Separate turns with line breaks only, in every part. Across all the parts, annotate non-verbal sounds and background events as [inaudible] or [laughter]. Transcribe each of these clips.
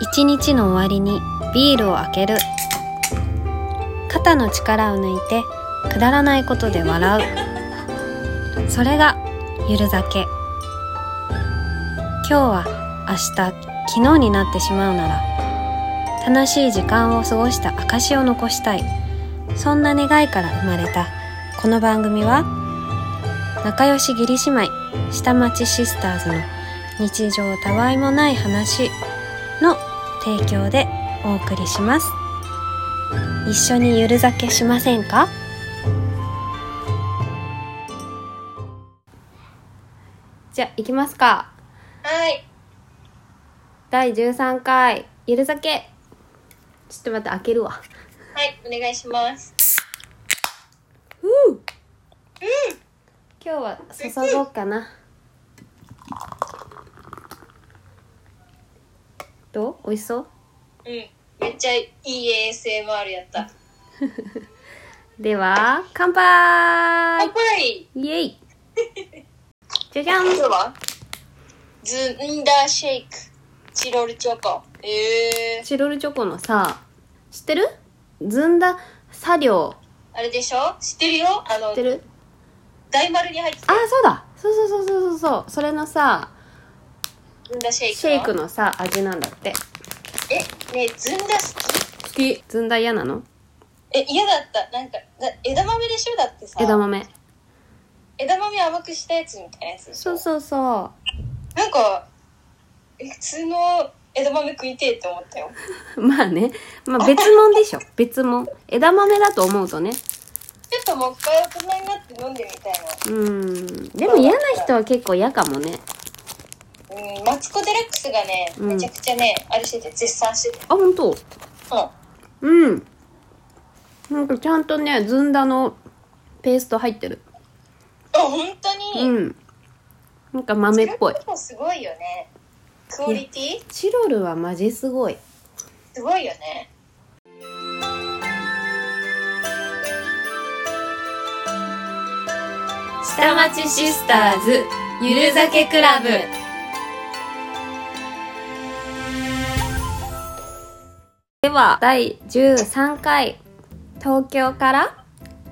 一日の終わりにビールを開ける肩の力を抜いてくだらないことで笑うそれがゆる酒今日は明日昨日になってしまうなら楽しい時間を過ごした証を残したいそんな願いから生まれたこの番組は仲良し義理姉妹下町シスターズの日常たわいもない話の提供でお送りします一緒にゆる酒しませんかじゃあ行きますか
はい。
第13回ゆる酒ちょっと待って開けるわ
はい、お願いします。
今日は注ごうかなどう美味しそう
うん。めっちゃいい ASMR やった。
では乾杯
乾杯
イエイじゃじゃん
今日はズンダーシェイク。チロルチョコ。えー。
チロルチョコのさ知ってるずんだ作業
あれでしょ知ってるよあ
知
の
って、る
大丸に入って
あ
た
そうだそうそうそうそうそうそうそれのさ
ズンダーシェイク。
シェイク。のさ味なんだって
え、ねえズンダ好き
好きずんだ嫌なの
え、嫌だった。なんか、だ枝豆でしょだってさ。
枝。豆
枝豆甘くしたやつみたいなやつでし
そ
ょ
うそうそう
なんか、え普通の枝豆食いてえって思ったよ。
[laughs] まあね、まあ、別物でしょ別物枝豆だと思うとね
ちょっともう一回大人になって飲んでみたいな。
うんでも嫌な人は結構嫌かもね
うん、マツコ・デラックスがね、
うん
めちゃくちゃね、あれしてて、絶賛してて。
あ本当
うん。あ、
うんなんかちゃんとねずんだのペースト入ってる
本当
う
に。
んなんか豆っぽい
それこそすごいよね。クオリティ
チロルはマジすごい
すごいよね。
下町シスターズゆる酒クラブでは第13回東京か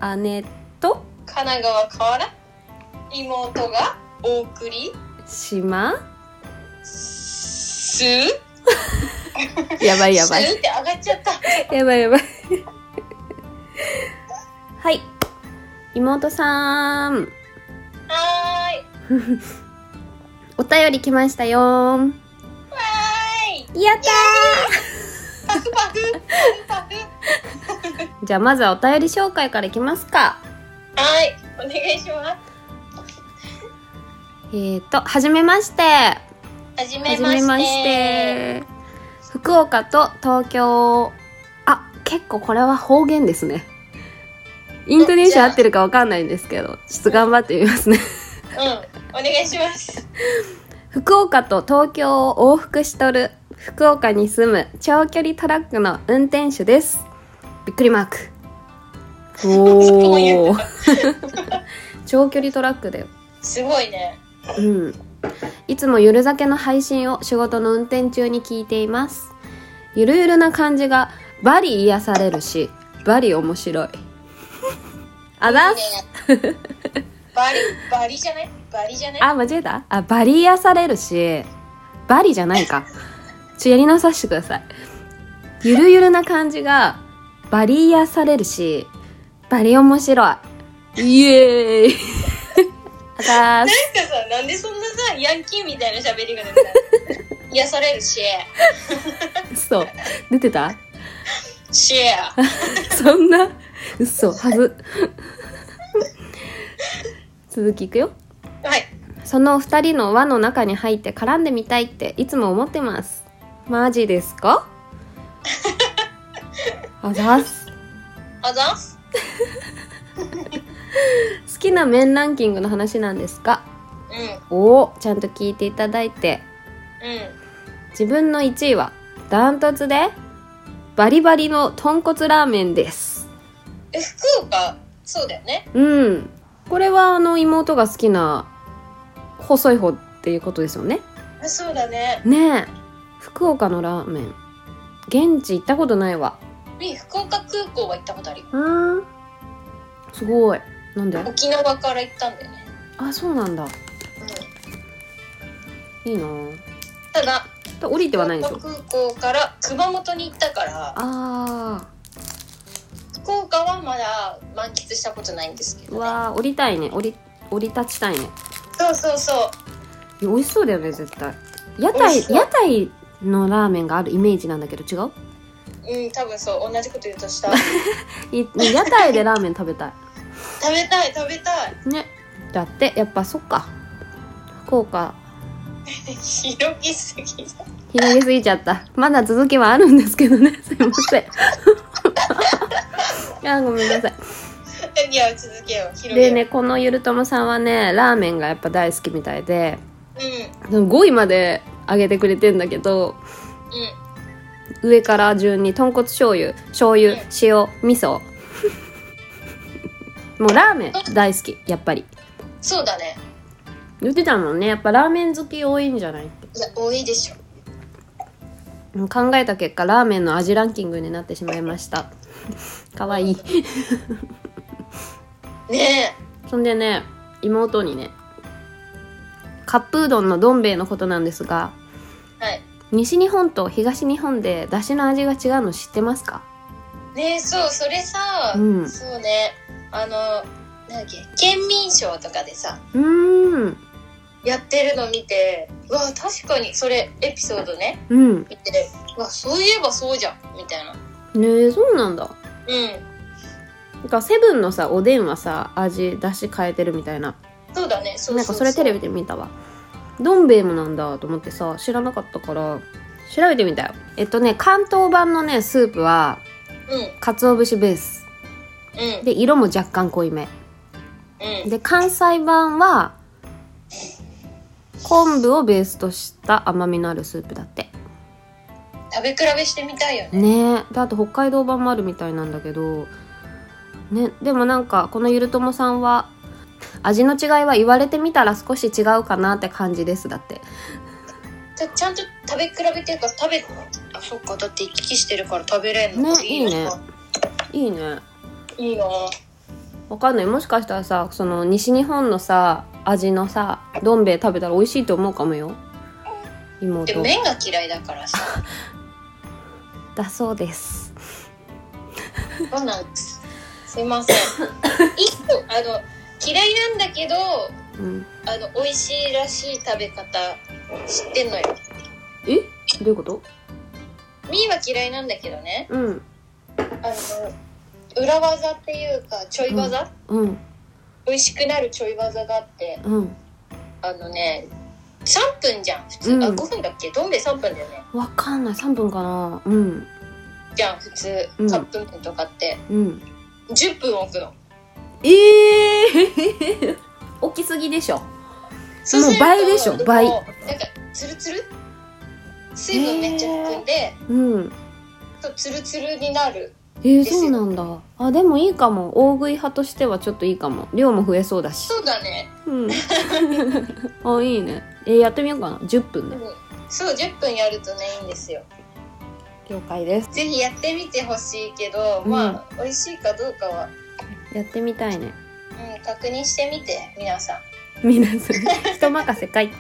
ら姉と
神奈川から妹がお送り
島
する
やばいやばい
するって上がっちゃった。
やばいやばいはい妹さん
はーい。
お便り来ましたよー
はーい。
やった
パフパフ。パフパフ。
ーじゃあまずはお便り紹介からいきますか
はい。お願いします。
えーとはじめまして
はじ
は
め
じ
まし
め
て。
まして福岡と東京あ結構これは方言ですねイントネーション合ってるかわかんないんですけどちょっと頑張ってみますね
うん。お願いします。
福岡と東京を往復しとる福岡に住む長距離トラックの運転手ですびっくりマーク
[laughs] そうい
お
う
お長距離トラックだよ
[laughs] すごいね。
うん、いつもゆる酒の配信を仕事の運転中に聞いていますゆるゆるな感じがバリ癒されるしバリ面白いあだっす
バリ、バリじゃないバリじゃない
あ間違えたあバリ癒されるしバリじゃないかちょやり直させてくださいゆるゆるな感じがバリ癒されるしバリ面白いイエーイあだっす
なんかさ、なんでそんなさ、ヤンキーみたいな喋りがなんか癒されるシェ
そう出てた
ア。シェア。
そんな嘘はず続きいくよ
はい。
その2人の輪の中に入って絡んでみたいっていつも思ってますマジですかあざっす
あざんす。
好きな麺ランキングの話なんですか
うん。うん。
おおちゃんと聞いていただいて自分の1位はダントツでバリバリの豚骨ラーメンです
え、福岡、そうだよね。
うんこれはあの妹が好きな細い方っていうことですよね
あそうだね。
ねえ福岡のラーメン現地行ったことないわ
え福岡空港は行ったことあるよ
うんすごいなんで
沖縄から行ったんだよね、
あそうなんだ
うん、
いいな
ただ
あ降りてはないんでし
福
ょ
岡空港から熊本に行ったから
あ
福岡はまだ満喫したことないんですけ
ー
ど、
う
ね、
わー降りたいね降り降り立ちたいね
そうそうそう
いや美味しそうだよね絶対屋
美味
台
しそう
屋台のラーメンがあるイメージなんだけど違う
うん多分そう同じこと言うとした食
い屋台でラーメン食べた
べたい食べたい
いねだってやっぱそっか福岡
広きすぎだ
広げすぎちゃったまだ続きはあるんですけどね [laughs] すいませんいやごめんなさい
いや続けよう広げ
で
よう、
ねこのゆるともさんはねラーメンがやっぱ大好きみたいで
う
5位まで上げてくれてんだけど
んうん
上から順に豚骨醤油醤油
うん
塩味噌 [laughs] もうラーメン大好きやっぱり
そうだね
言ってたもんねやっぱラーメン好き多いんじゃないって
いや多いでしょ
うん考えた結果ラーメンの味ランキングになってしまいましたかわいい
ね
そんでね妹にねカップうどんのどん兵衛のことなんですが
えはい
西日本と東日本で出汁の味が違うの知ってますか
ねえそうそれさ、
うん
そうねあのなんだっけ県民賞とかでさ
うーん
やってるの見てうわ確かにそれエピソードね
うんね
見てうわそういえばそうじゃんみたいな
えそうなんだ
うん
なんかセブンのさおでんはさ味出汁変えてるみたいな
そうだねそう
なんかそれテレビで見たわどん兵衛もなんだと思ってさ知らなかったから調べてみたよえっとね関東版のねスープは
うん
鰹節ベース
うん
で色も若干濃いめ
うん
で関西版は昆布をベースとした甘みのあるスープだって
食べ比べしてみたいよね
ねえであと北海道版もあるみたいなんだけどねでもなんかこのゆるともさんは味の違いは言われてみたら少し違うかなって感じですだって
ちゃちゃんと食べ比べっていうか食べあそっかだって行き来してるから食べれんの
ねいいねいいね
いいないいな
わかんないもしかしたらさその西日本のさ味のさどん兵衛食べたら美味しいと思うかもよ
で
妹
麺が嫌いだからさ
だそうです
そうなんですすいません一個あの嫌いなんだけど
うん
あの美味しいらしい食べ方知ってんのよ
えどういうこと
みーは嫌いなんだけどね
うん
あの裏技っていうかちょい技、
うん
美味しくなるちょい技があって
うん
あのね3分じゃん普通、あ
うん
5分だっけどん兵衛3分だよね
わかんない3分かなうん
じゃん普通
うん
カップ麺とかって、
うん
10分置くの
ええー、 [laughs] 大きすぎでしょ
そうすると
倍でしょ
もう
倍
なんかツルツル水分めっちゃ含んで、
うん
そうツルツルになる
えー、
ですよ
そうなんだあでもいいかも大食い派としてはちょっといいかも量も増えそうだし
そうだね、
うん [laughs] あいいねえーやってみようかな10分
う
で
ん、そう10分やるとねいいんですよ
了解です
ぜひやってみてほしいけど、
うん
まあ美味しいかどうかは、
やってみたいね
うん、確認してみて皆さん
皆さん [laughs] 人任せかい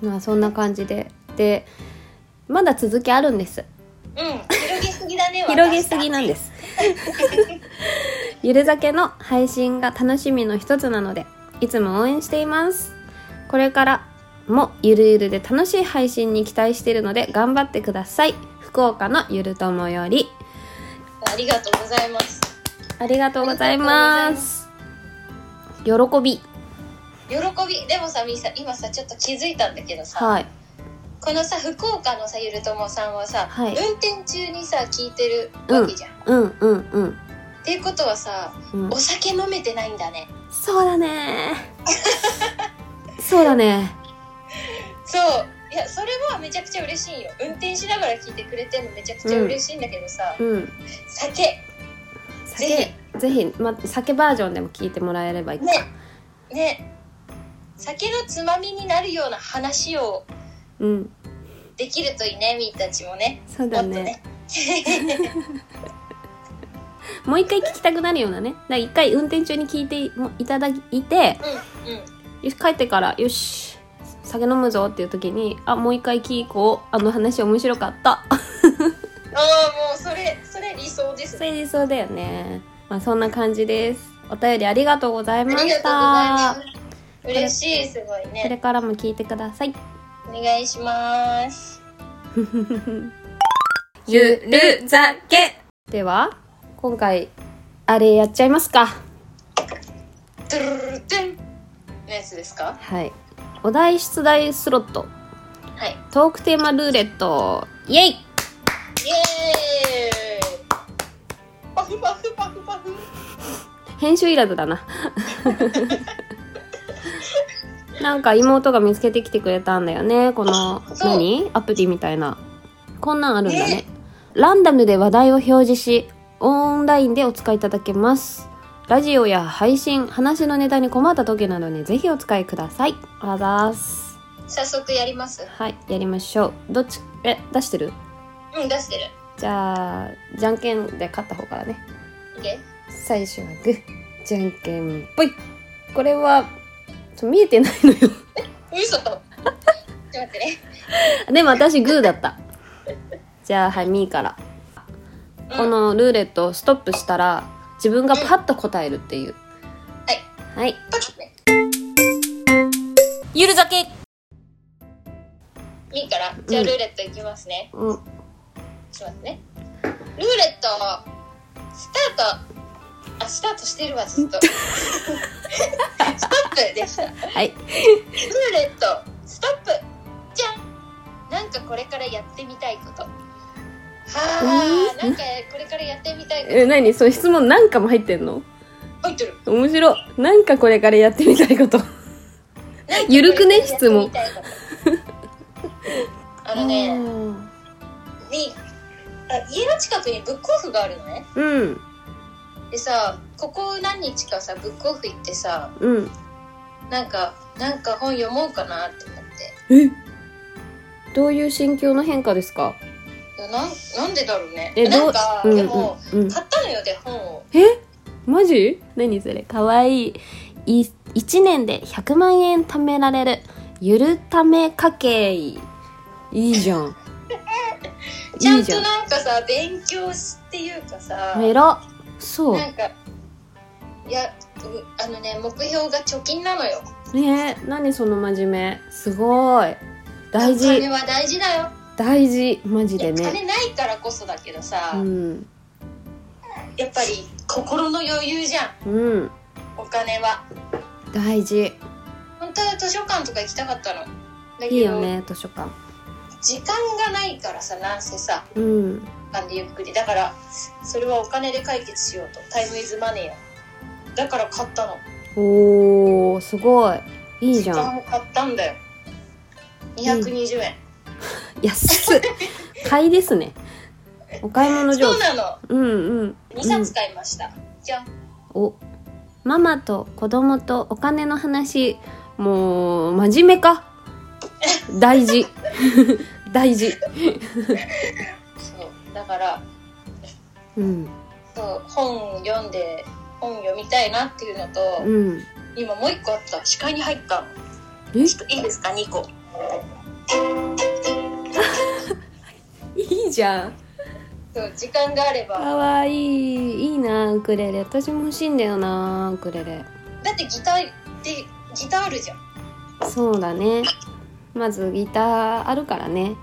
まあそんな感じででまだ続きあるんです
うん広げすぎだね
[laughs] 広げすぎ
な
なんです [laughs] ゆる酒の配信が楽しみの一つなのでいつも応援していますこれからもゆるゆるで楽しい配信に期待しているので頑張ってください福岡のゆるともより
ありがとうございます
ありがとうございます喜び
喜びでもさみーさん今さちょっと気づいたんだけどさ、
はい
このさ福岡のさゆるともさんはさ、
はい
運転中にさ聞いてるわけじゃん、
うんうんうん
っていうことはさ
うん
お酒飲めてないんだね
そうだ [laughs] ねそうだね
そういやそれはめちゃくちゃ嬉しいよ運転しながら聞いてくれてるのめちゃくちゃ嬉しいんだけどさ、
うん
酒
酒
ぜ
ぜひ、ま、酒バージョンでも聞いてもらえればいいか、
ねね酒のつまみになるような話を
うん
でできるといいねみーたちもね
そう
も
だ
っと
ね
ね
もう一回聞きたくなるようなねだから一回運転中に聞いてもいただいて
うんうん
よし帰ってからよし酒飲むぞっていう時にあもう一回聞こうあの話面白かった
ああもうそれそれ理想です
そ
ね
れでそうだよねまあそんな感じですお便りありがとうござい
あ
ま
りがとうござい
した
ます嬉しいすごい
これ
ね
からも聞いてください
お願いします
ゆるざけでは今回あれやっちゃいますか
ドゥルルルドゥンのやつですか
はいお題出題スロット
はい
トークテーマルーレットイエイ
イエーイパフパフパフパフ
編集いらずだな [laughs] なんか妹が見つけてきてくれたんだよねこの
そう
何アプリみたいなこんなんあるんだねランダムで話題を表示しオンラインでお使いいただけますラジオや配信話のネタに困った時などにぜひお使いくださいあざーす
早速やります
はいやりましょうどっちえ出してる
うん出してる
じゃあじゃんけんで勝った方からね
いけ
最初はグーじゃんけんぽいこれはちょ見えてない [laughs] のよ
嘘とちょっと待ってね
でも私グーだったじゃあはいミーから
うん
このルーレットをストップしたら自分がパッと答えるっていうはい、はい、
パキッね
ゆる酒
いいからじゃあルーレットいきますね、
うん
ちょっと待ってねルーレットスタートあスタートしてるわずっ [laughs] とストップでしたルー
はい
レットストップじゃんなんかこれからやってみたいことはあ、なんかこれからやってみたいこと
え何その質問なんかも入ってんの
入ってる
面白いなんかこれからやってみたいことゆるくね質問
あの
う
ね
ん
にあ家の近くにブックオフがあるのね
うん
でさここ何日かさブックオフ行ってさ
うん
なんかなんか本読もうかなって思って
えどういう心境の変化ですか
なんなんでだろうね
え
な
ど
ん
う
か、
うん
でも、
うんうん
買ったのよで本を
えマジ何それかわいいい1年で100万円貯められるゆるため家計いいじゃん
ちゃ
い
ん
いじ
と
ゃん
なんかさ勉強しっていうかさ
えらそう
なんかいやうあのね目標が貯金なのよ
ねえ何その真面目すごい大
お
事
金は大事だよ
大事マジ
いや
でね
金ないからこそだけどさ、
うん
やっぱり心の余裕じゃん
うん
お金は
大事
本当は図書館とか行きたかったのだけど
いいよね図書館
時間がないからさなんせさ
うん
時間でゆっくりだからそれはお金で解決しようとタイムイズマネーよだから買ったの
おーすごいいいじ
時
ゃん
間を買ったんだよ220円、
安っ買いですねお買い物上
そ
手
うなの
うんうん
2冊買いました、じゃん
おママと子供とお金の話もう真面目か大事 [laughs] 大事
そうだから
うん
そう本読んで本読みたいなっていうのと、
うん
今もう一個あった視界に入った
え
ちょっといいですか2個
いいじゃん
そう時間があれ
か
ば
わいいいいなウクレレ私も欲しいんだよなウクレレ
だってギターってギターあるじゃん
そうだねまずギターあるからね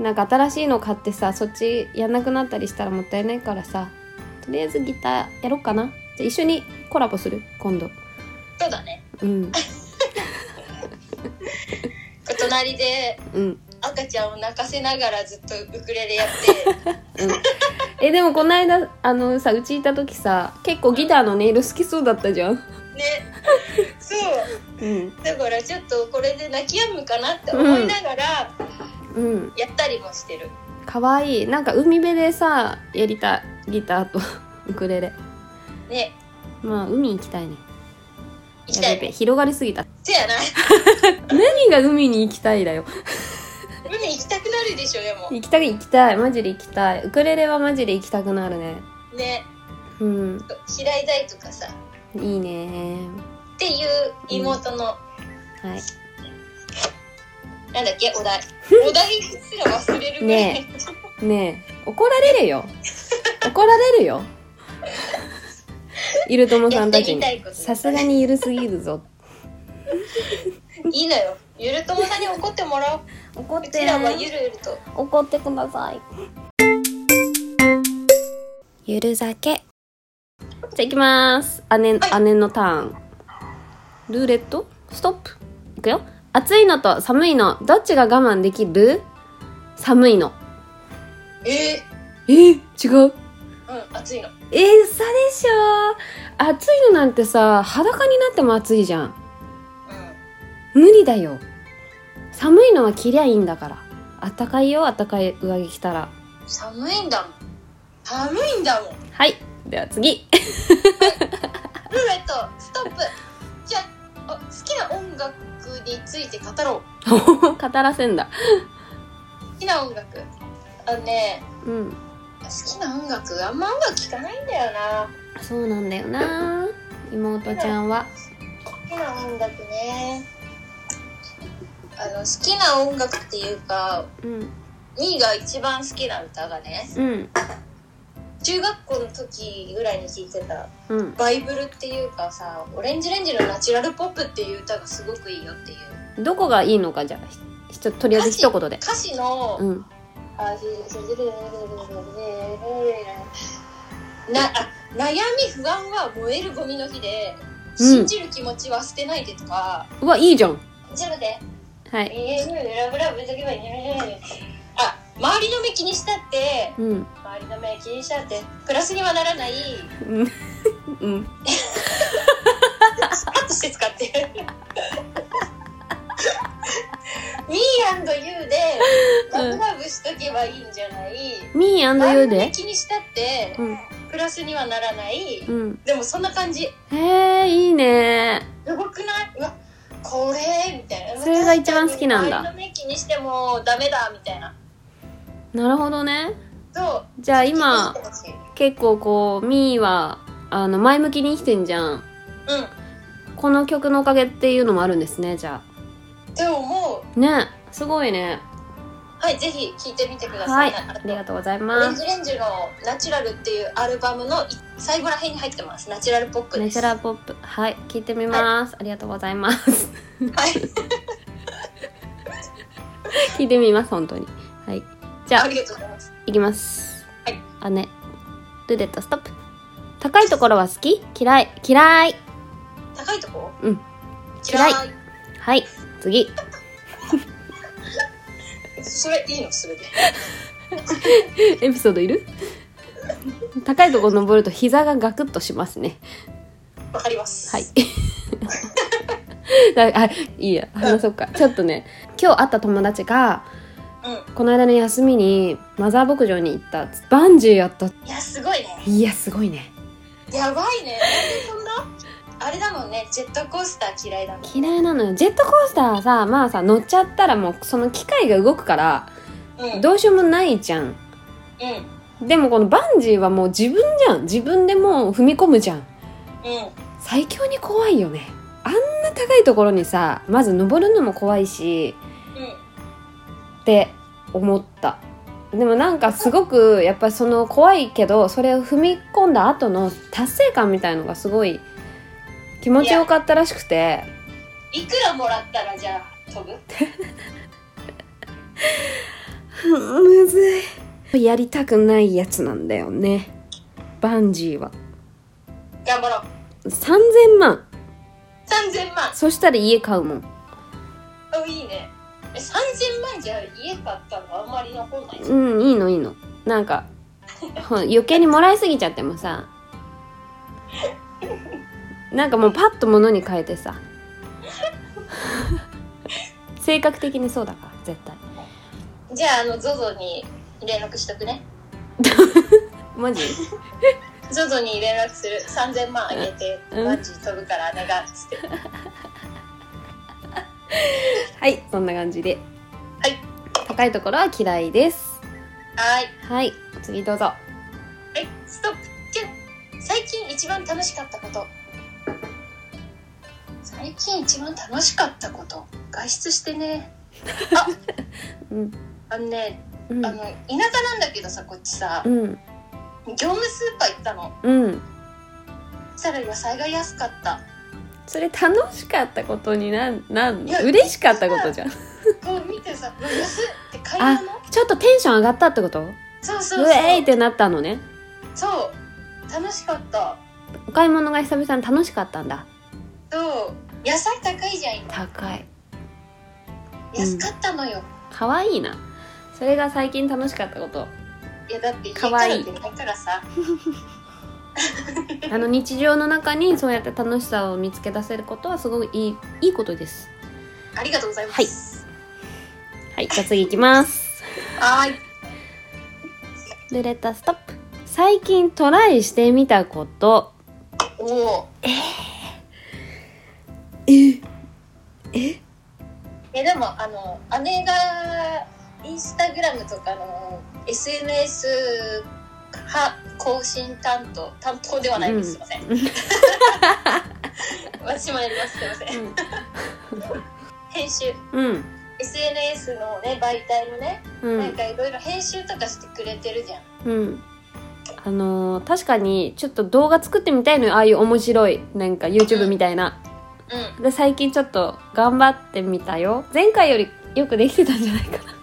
なんか新しいの買ってさそっちやんなくなったりしたらもったいないからさとりあえずギターやろっかなじゃあ一緒にコラボする今度
そうだね
うん
隣で
うん
赤ちゃんを泣かせながらずっとウクレレや [laughs] って
うんえでもこの間あのさうちいた時さ結構ギターのネイル好きそうだったじゃん、
ねそう
うん、
だからちょっとこれで泣き止むかなって思いながら
うん
やったりもしてる、
かわいいなんか海辺でさやりたいギターと [laughs] ウクレレ
ね
まあ海行きたいね
行きた
やべ
い [laughs]
やべ広がりすぎた
せやな
何が海に行きたいだよ
胸行きたくなるでしょでも
行きたい行きたいマジで行きたいウクレレはマジで行きたくなるね
ね
うん
平井大とかさ
いいね
っていう妹の、
はい
なんだっけお
[laughs]
題お題すら忘れるぐらい
ねねえ怒られる
[laughs]
よ怒られるよゆるともさんたち
やってみ
に
たいこと
さすがにゆるすぎるぞ
いいのよゆるともさんに怒っても
[laughs]
らおう
怒っ
うちらはゆるゆると
怒ってくださいゆる酒じゃあいきます姉,、姉のターンルーレットストップいくよ暑いのと寒いのどっちが我慢できる寒いの
え
えー、違う
ー、うん暑いの
えー、嘘でしょ暑いのなんてさ裸になっても暑いじゃん
う
無理だよ寒いのは着りゃいいんだからあったかいよあったかい上着着たら
ん寒いんだもん寒いんだもんル
はいでは次
ーレットスト
[laughs]
ップじゃああ好きな音楽について語ろう
[laughs] 語らせんだ
好きな音楽あのね
うん
好きな音楽あんま音楽聴かないんだよな
そうなんだよな妹ちゃんは
好きな音楽ねあの好きな音楽っていうか
うん
2が一番好きな歌がね
うん
中学校の時ぐらいに聴いてた
うん
バイブルっていうかさオレンジレンジのナチュラルポップっていう歌がすごくいいよっていう
どこがいいのかじゃあひひととりあえず一言で
歌詞の
うん
あなあ悩み不安は燃えるゴミの日で
うん
信じる気持ちは捨てないでとか、
うわいいじゃん
ちょっと待って
はい
ラブラブだけはいいねあ周りの目気にしたって
うん
周りの目気にしたってプラスにはならない
うんうん
スパッとして使って [laughs] る Me and you でラブラブしとけばいいんじゃない
みー
周り
you
の目
で
気にしたって
うん
プラスにはならない
うん
でもそんな感じ
へえいいね
すごくないうわこれみたいな
それが一番好きなんだ
周りの目気にしてもダメだみたいな
なるほどね
そう
じゃあ今
気にしてほしい
結構こうみーはあの前向きに生きてんじゃん
うん
この曲のおかげっていうのもあるんですねじゃ
でもも
あねすごいね
うはいぜひ聴いてみてくださ、
はいいありが
と
とうござい
オレ
ま
ン
す
ジレンジの「ナチュラル」っていうアルバムのい最後らへんに入ってますナチュラルポップ
ナ
で
チ
す
ュラルポップはい聞いてみます、ありがとうございます [laughs]
はい
聞いてみます本当にはいじゃ
あ
あ
りがとうございます
いきます
はい
あねルーレットストップ高いところは好き嫌い嫌い
高いとこ
うん
嫌い
嫌はい次
それいいのそれで
[laughs] エピソードいる [laughs] 高いところ登ると膝がガクッとしますね
わかります
[laughs] はいだ [laughs] あいいや話そうかちょっとね今日会った友達が
う
この間の休みにマザー牧場に行ったバンジーやった
んいやすごいね
いやすごいね
やばいねなんでそんなあれだもんねジェットコースター嫌いだもん
嫌いなのよジェットコースターはさまあさ乗っちゃったらもうその機械が動くから
うん
どうしようもないじゃん
うん
でもこのバンジーはもう自分じゃん自分でもう踏み込むじゃん
うん
最強に怖いよねあんな高いところにさまず登るのも怖いし
うん
って思ったでもなんかすごくやっぱりその怖いけどそれを踏み込んだ後の達成感みたいのがすごい気持ちよかったらしくて
いくらもらったらじゃあ飛ぶ
むずいやりたくないやつなんだよねバンジーは
頑張ろう
3000万
3000万
そしたら家買うもん
あいいねえ3000万じゃ家買ったのあんまり残んないじゃん
うんいいのいいのなんかほん余計にもらいすぎちゃってもさなんかもうパッと物に変えてさ性格的にそうだから絶対
じゃああの ZOZO に連絡しとくね
マジ
ZOZO に連絡する3000万あげて
うん
バンジー飛ぶからお願いっつって
はいそんな感じで
はい
高いところは嫌いです
はい。
はい次どうぞ
え、ストップ。じゃあ最近一番楽しかったこと。最近一番楽しかったこと。外出して
[laughs]
ね。あ、
うん
あのね、
うん
あの、田舎なんだけどさ、こっちさ
う、ん
業務スーパー行ったの。
うん
そしたら野菜が安かった。
それ楽しかったことになんなん
いや
嬉しかったことじゃんち
こう見てさ、うわ安っって買い物
ょっとテンション上がったってこと
そうそううそう。
えいってなったのね
そう。楽しかった。
お買い物が久々に楽しかったんだ
そう。野菜高いじゃん、今。
高いうん
安かったのよ。
可愛いなそれが最近楽しかった
[laughs]
こと
いや、だって家か
可
ら
愛い
出ないからさ。
あの日常の中にそうやって楽しさを見つけ出せることはすごくいいいいことです
ありがとうございます。
はいじゃあ次いきます
[laughs] はい。は
ルーレッタストップ最近トライしてみたこと
ーい。おお。
え
え、でも、あの、姉が。インスタグラムとかの SNS は更新担当担当ではないです、すいません私もやりますすいません編集
うん
SNS のね媒体のね、
うんう
なん
ん
かいろいろ編集とかしてくれてるじゃん
うんあのー確かにちょっと動画作ってみたいのよああいう面白いなんか YouTube みたいな
うん
で最近ちょっと頑張ってみたよ前回よりよくできてたんじゃないかな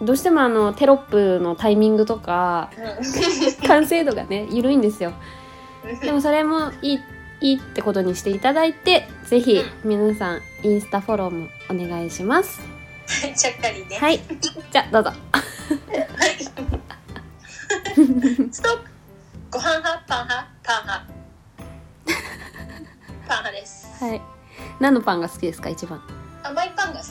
どうしてもあのテロップのタイミングとか完成度がね緩いんですよでもそれもいいいいってことにしていただいてぜひ皆さんインスタフォローもお願いします
うんちゃっかりね、
はいいじゃあどうぞ
ストップご飯派パン派パン
[laughs]
派パン派です
はい何のパンが好きですか一番
甘いパンが好き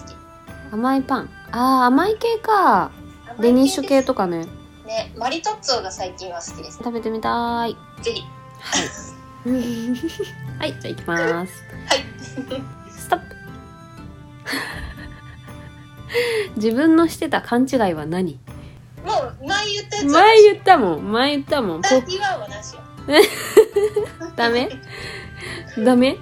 甘いパンあー甘い系か
甘い
デニッシュ系
です
とかね
ねマリトッツォが最近は好きです
食べてみた
[laughs]
い
ぜひ
はいはいじゃあ行きます
はい
ストップ [laughs] 自分のしてた勘違いは何
もう前言ったやつは
前言ったもん前言ったもんポ
言わはなしよ
ダメダメ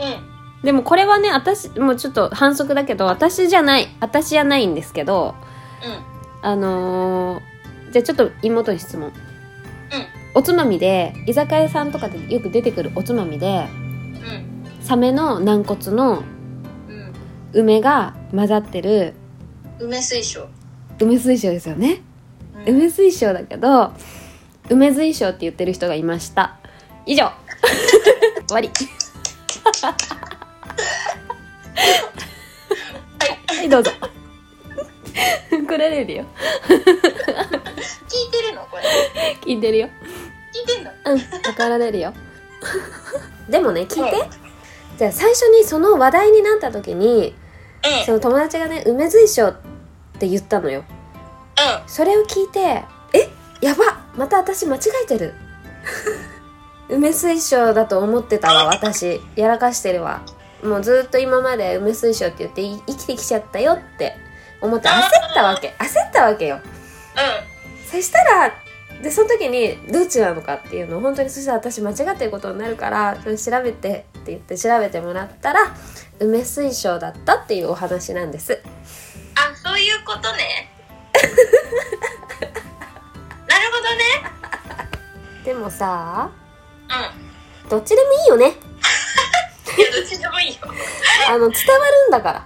うん
でもこれはね私もうちょっと反則だけど私じゃない私じゃないんですけど
うん
あのーじゃあちょっと妹に質問おつまみで居酒屋さんとかでよく出てくるおつまみで
うん
サメの軟骨の
うん
梅が混ざってる
うん梅水晶
梅水晶ですよね
うん
梅水晶だけど梅水晶って言ってる人がいました以上終わりはい、どうぞ怒られるよ
聞いてるのこれ
聞いてるよ
聞いてんの
うん怒られるよでもね聞いてじゃあ最初にその話題になった時にその友達がね梅水晶って言ったのよ
う
それを聞いてえやばまた私間違えてる [laughs] 梅水晶だと思ってたわ私やらかしてるわもうずっと今まで梅水晶って言ってい生きてきちゃったよって思って焦ったわけ焦ったわけよそしたらでその時にどっちなのかっていうのを本当にそしたら私間違ってることになるからそれ調べてって言って調べてもらったら梅水晶だったっていうお話なんです
んあそういうこ
[laughs]
とねなるほどね
でもさ
う
どっちでもいいよね
んいやどっちでもいいよ
あの伝わるんだから
う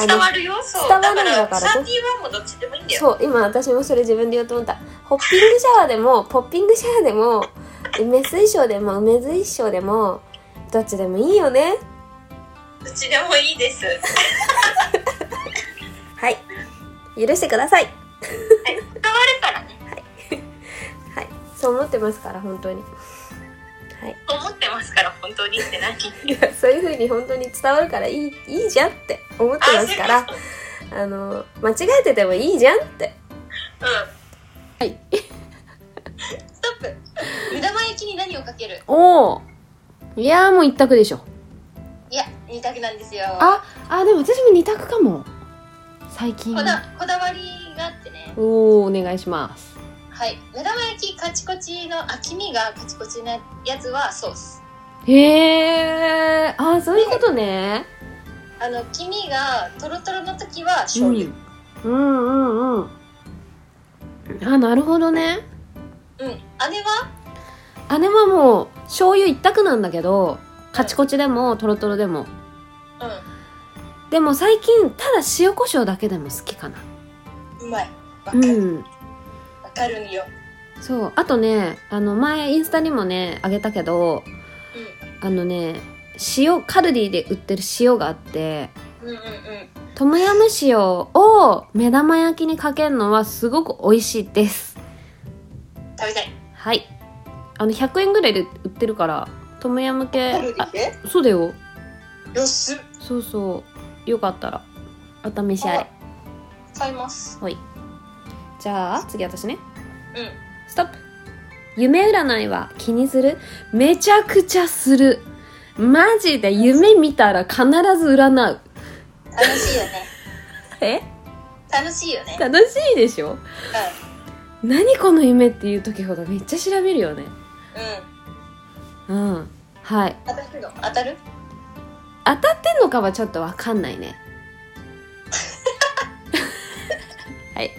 あの
ん伝わるよそう
伝わるんだから
サーティワンもどっちでもいいんだよ
そう今私もそれ自分で言おうと思ったホッピングシャワーでもポッピングシャワーでも梅水晶でも梅水晶でもどっちでもいいよね
どっちでもいいです
はい許してください
はい伝わるからね
はいそう思ってますから本当にはい
思ってますから本当にって何
いやそういう風に本当に伝わるからいいいいじゃんって思ってますからあの間違えててもいいじゃんって
う
はい
んストップ
[laughs]
目玉焼きに何をかける
おおいやーもう一択でしょ
いや二択なんですよ
ああでも私も二択かも最近
こだこだわりがあってね
おおお願いします
はい目玉焼きカチコチのあ黄身がカチコチのやつはソース
へえあーそういうことね
あの黄身がトロトロの時は醤油、
うん、うんうんうんあなるほどね
うんあれは
姉はもう醤油一択なんだけどカチコチでもトロトロでもでも最近ただ塩コショウだけでも好きかな
うんうまいわか
う
る、
ん
わかるんよ
そうあとねあの前インスタにもねあげたけどあのね塩カルディで売ってる塩があって
うんうんうんうん
トムヤム塩を目玉焼きにかけるのはすごく美味しいです
食べたい
はいあの100円ぐらいで売ってるからトムヤム系
カルディで
あそうだよ
よし
そうそうよかったらお試しあれ
買います
じゃあ次私ね
うん
ストップ夢占いは気にするめちゃくちゃするマジで夢見たら必ず占う
楽しいよ
[laughs]
ね
え
楽しいよね
楽しいでしょ何この夢っていう時ほどめっちゃ調べるよね
うん
うんはい
当たるの当たる
当たってんのかはちょっとわかんないねはい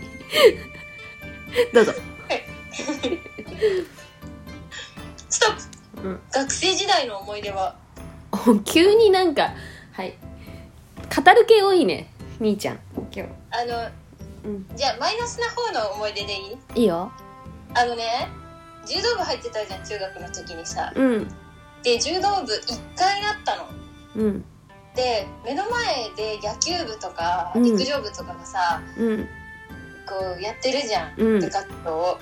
どうぞ
ストップ、
うん
学生時代の思い出は
お急になんかはい語る系多いねみーちゃん今
あの、
うん
じゃあマイナスな方の思い出でいい
日いいよ
あのね柔道部入ってたじゃん中学の時にさ
うん
で柔道部1階だったの
うん
で目の前で野球部とか
うん
陸上部とかがさ、
うん
こうやってるじゃん
う
部
ん
活動を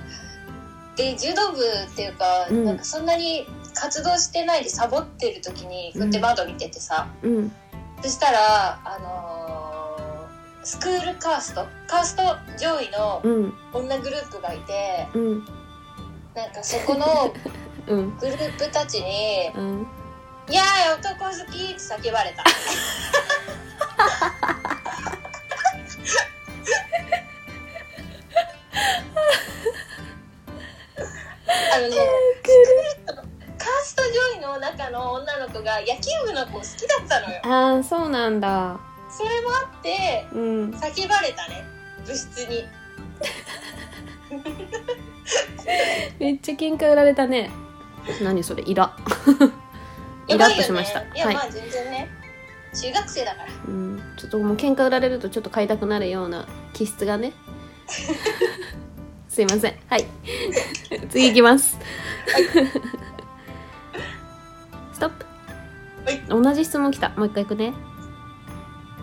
で柔道部っていうか,、
うん
なんかそんなに活動してないでサボってる時にこうやって窓見ててさ、
うん
そしたらあのースクールカーストカースト上位の
うん
女グループがいて
うん
なんかそこの
うん
グループたちに
うん
「いやー男好き!」って叫ばれたあのねカースト上位の中の女の子が野球部の子好きだったのよ
ああそうなんだ
それもあって
うん
叫ばれたね部室に
めっちゃ喧嘩売られたね何それイライラッとしました
やばいよねいや、
はい
まあ全然ね中学生だから
うんちょっともう喧嘩売られるとちょっと買いたくなるような気質が [laughs] ねすいませんはい次いきますストップ
はい
同じ質問来たもう一回いくね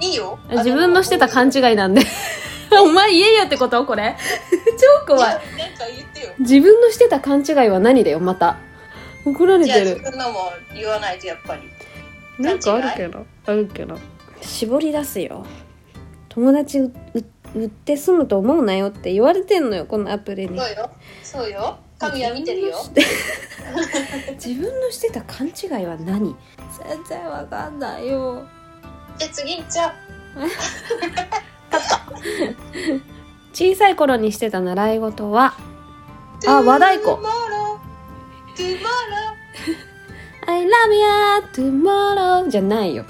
いいよ
あ自分のしてた勘違
い
いなんで [laughs] お前言えよってことこれ [laughs] 超怖い
なんか言ってよ
自分のしてた勘違いは何だよまた怒られ
じゃあ
て
自
る
分のも言わないとやっぱり
なんかあるけどあるけど絞り出すよ友達うう売って済むと思うなよって言われてんのよこのアプリに
そうよそうよ神は見てるよ
自分のしてた [laughs] 勘違いは何全然わかんないよ
じゃあ次行っちゃ
小さい頃にしてた習い事は
う
あ和太鼓
Tomorrow Tomorrow
「I love you tomorrow」じゃない [laughs] よ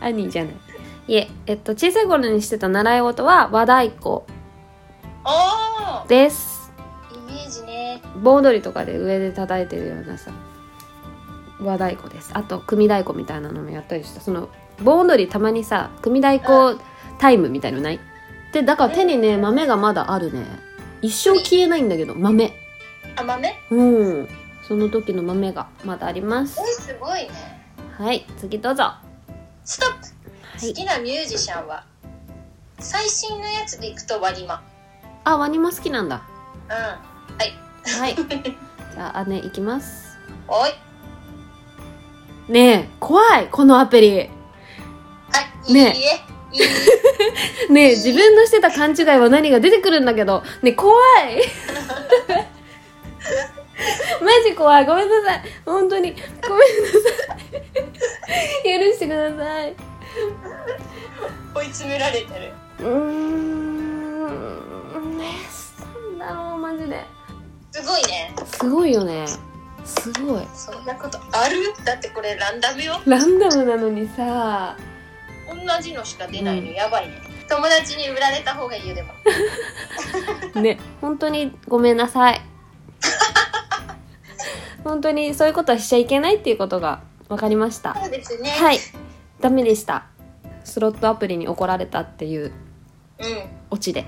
兄じゃないいえ、えっと、小さい頃にしてた習い事は和太鼓
あ
です
ーイメージね
盆踊りとかで上で叩いてるようなさ和太鼓ですあと組太鼓みたいなのもやったりしたその盆踊りたまにさ組太鼓タイムみたいのないでだから手にね豆がまだあるね一生消えないんだけど豆
甘め
うんその時の豆がまだあります
えすごいね
はい次どうぞは
ストップ好
い
きなミュージシャンは最新のやつでいくとワニマ
あワニも好きなんだ
うんは
[laughs] はいじゃあ姉いきます
おい
ねえ怖いこのアプリ
はいいいえ、
ね
いいえ
ねえ自分のしてた勘違いは何が出てくるんだけどねえ怖い [laughs] マジ怖いごめんなさい本当にごめんなさい許してください
追い詰められてる
うーんねなんだろうマジです
ごいね
すごいよねすごい
そんなことあるだってこれランダムよ
ランダムなのにさ
同じのしか出ないの、
うん
やばいね友達に売られた方がいいよでも
ね本当にごめんなさい本当にそういうことはしちゃいけないっていうことが分かりました
そうですね
はいダメでしたスロットアプリに怒られたっていう
うん
オチで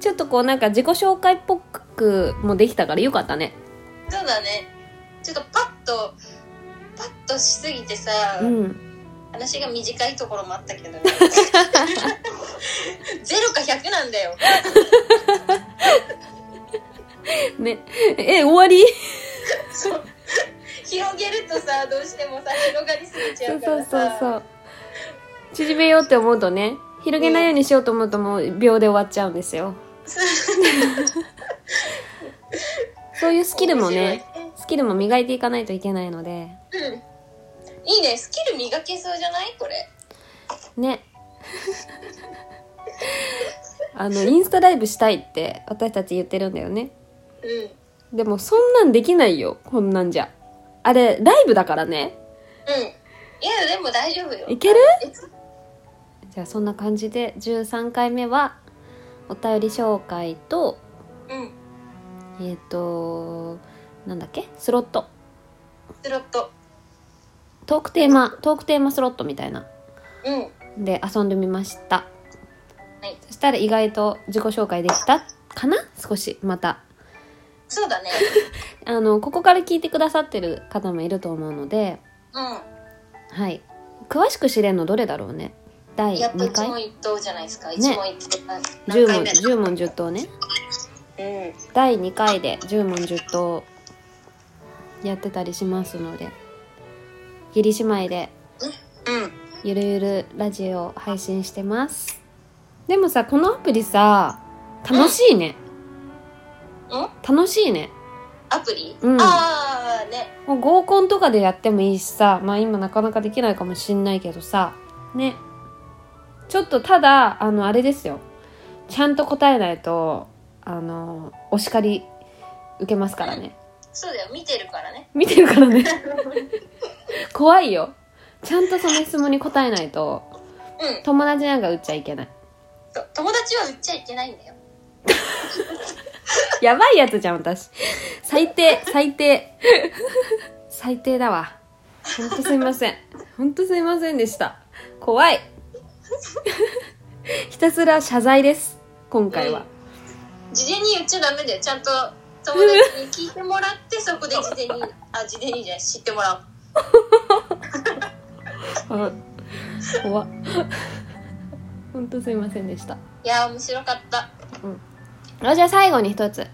ちょっとこうなんか自己紹介っぽくもできたからよかったね
そうだねちょっとパッとパッとしすぎてさ、
うん
話が短いところもあったけ
[laughs]
どねゼロか100なんだよ
ねえ終わり
そう広げるとさどうしてもさ広がりすぎちゃ
そうう
か
そう
らさ
そうそう縮めようって思うとね広げないようにしようと思うともう秒で終わっちゃうんですよそういうスキルもね
面
スキルも磨いていかないといけないので
白いねうんいいねスキル磨けそうじゃないこれ
ねあのインスタライブしたいって私たち言ってるんだよね
うんうん
でもそんなんできないよこんなんじゃあれライブだからね
いやでも大丈夫よ
いける
え
じゃあそんな感じで13回目はお便り紹介と
うん
えっ、となんだっけスロット
スロット
トークテーマトークテーマスロットみたいな
うんは
で遊んでみました
い
そしたら意外と自己紹介できたかな少しまた
そうだね
あのここから聞いてくださってる方もいると思うので
う
はい詳しく知れるのどれだろうね第
んやっと
2
一
回
問一答じゃないですか一
ね
問一答
10
何
問
回目だ
10問10答ね
うん
第2回で10問10答やってたりしますので義理姉妹で
うん
ゆるゆるラジオ配信してますでもさこのアプリさ楽しいね
うん
楽しいね
アプリ、
うん
ああね
もう合コンとかでやってもいいしさまあ今なかなかできないかもしんないけどさねちょっとただあのあれですよちゃんと答えないとあのお叱り受けますからね
そうだよ見てるか
[laughs]
らね
見てるからね怖いよちゃんとその質問に答えないと
うん
友達なんか売っちゃいけない
と友達は売っちゃいけないんだよ
やばいやつじゃん私最低最低最低だわほんとすいませんほんとすいませんでした怖いひたすら謝罪です今回は、
事前に言っちゃダメだよちゃんと友達に聞いてもらってそこで事前
[laughs]
にあ事前にじゃない知ってもらう
あ怖っほんとすいませんでした
いやー面白かった
あじゃあ最後に一つ、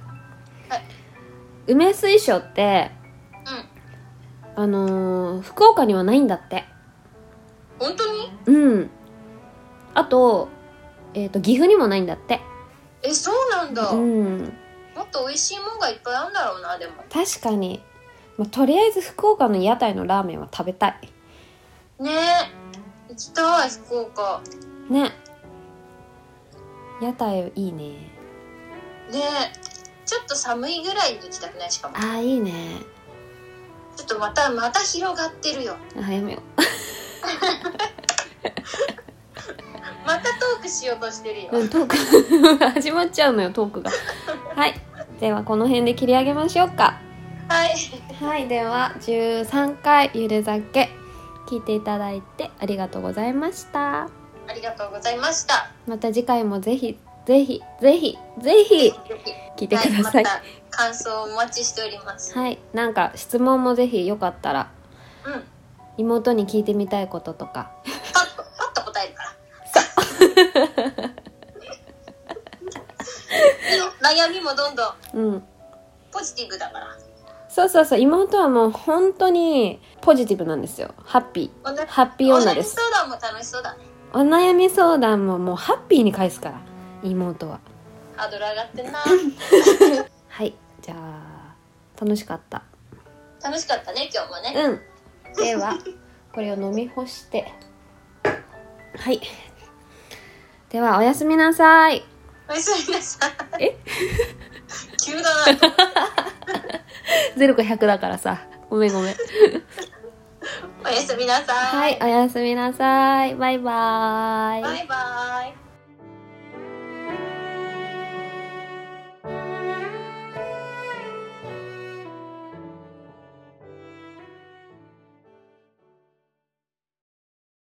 梅水晶って
うん
あのー福岡にはないんだって
本当に
うんあと,、えー、と岐阜にもないんだって
えそうなんだ、
うん
もっと美味しいもんがいっぱいあるんだろうなでも
確かに、まあ、とりあえず福岡の屋台のラーメンは食べたい
ねえ行きたい福岡
ね屋台いいね
ねえちょっと寒いぐらいに行きたくないしかも
あーいいね
ちょっとまたまた広がってるよ
あーやめよ
またトークしようとしてるよ
う、うん、トーク [laughs] 始まっちゃうのよトー [laughs] クがはいではこの辺で切り上げましょうか
はい
はいでは13回ゆる酒聞いていただいてありがとうございました
ありがとうございました
また次回もぜひぜひぜひぜひ聞いてください
はい、また感想をお待ちしております。
はい、なんか質問もぜひよかったら
うん。パッ
妹に聞いてみたいこととか
と、パッと答えるから。いいよ悩みもどんどん
うん
ポジティブだから。
そうそうそう妹はもう本当にポジティブなんですよハッピ
お
ー
な
ハッピー女です
お悩み相談も楽しそうだね。
お悩み相談ももうハッピーに返すから妹は
ハードル上がってんな。
はいじゃあ楽しかった
楽しかったね、今日もね。
うんではこれを飲み干してはいではおやすみなさい
おやすみなさい
え
[laughs] 急
[laughs]
だなと思って
0か100だからさごめんごめん
おやすみなさ
はい
い、
おやすみなさいバイバーイ
バイバイ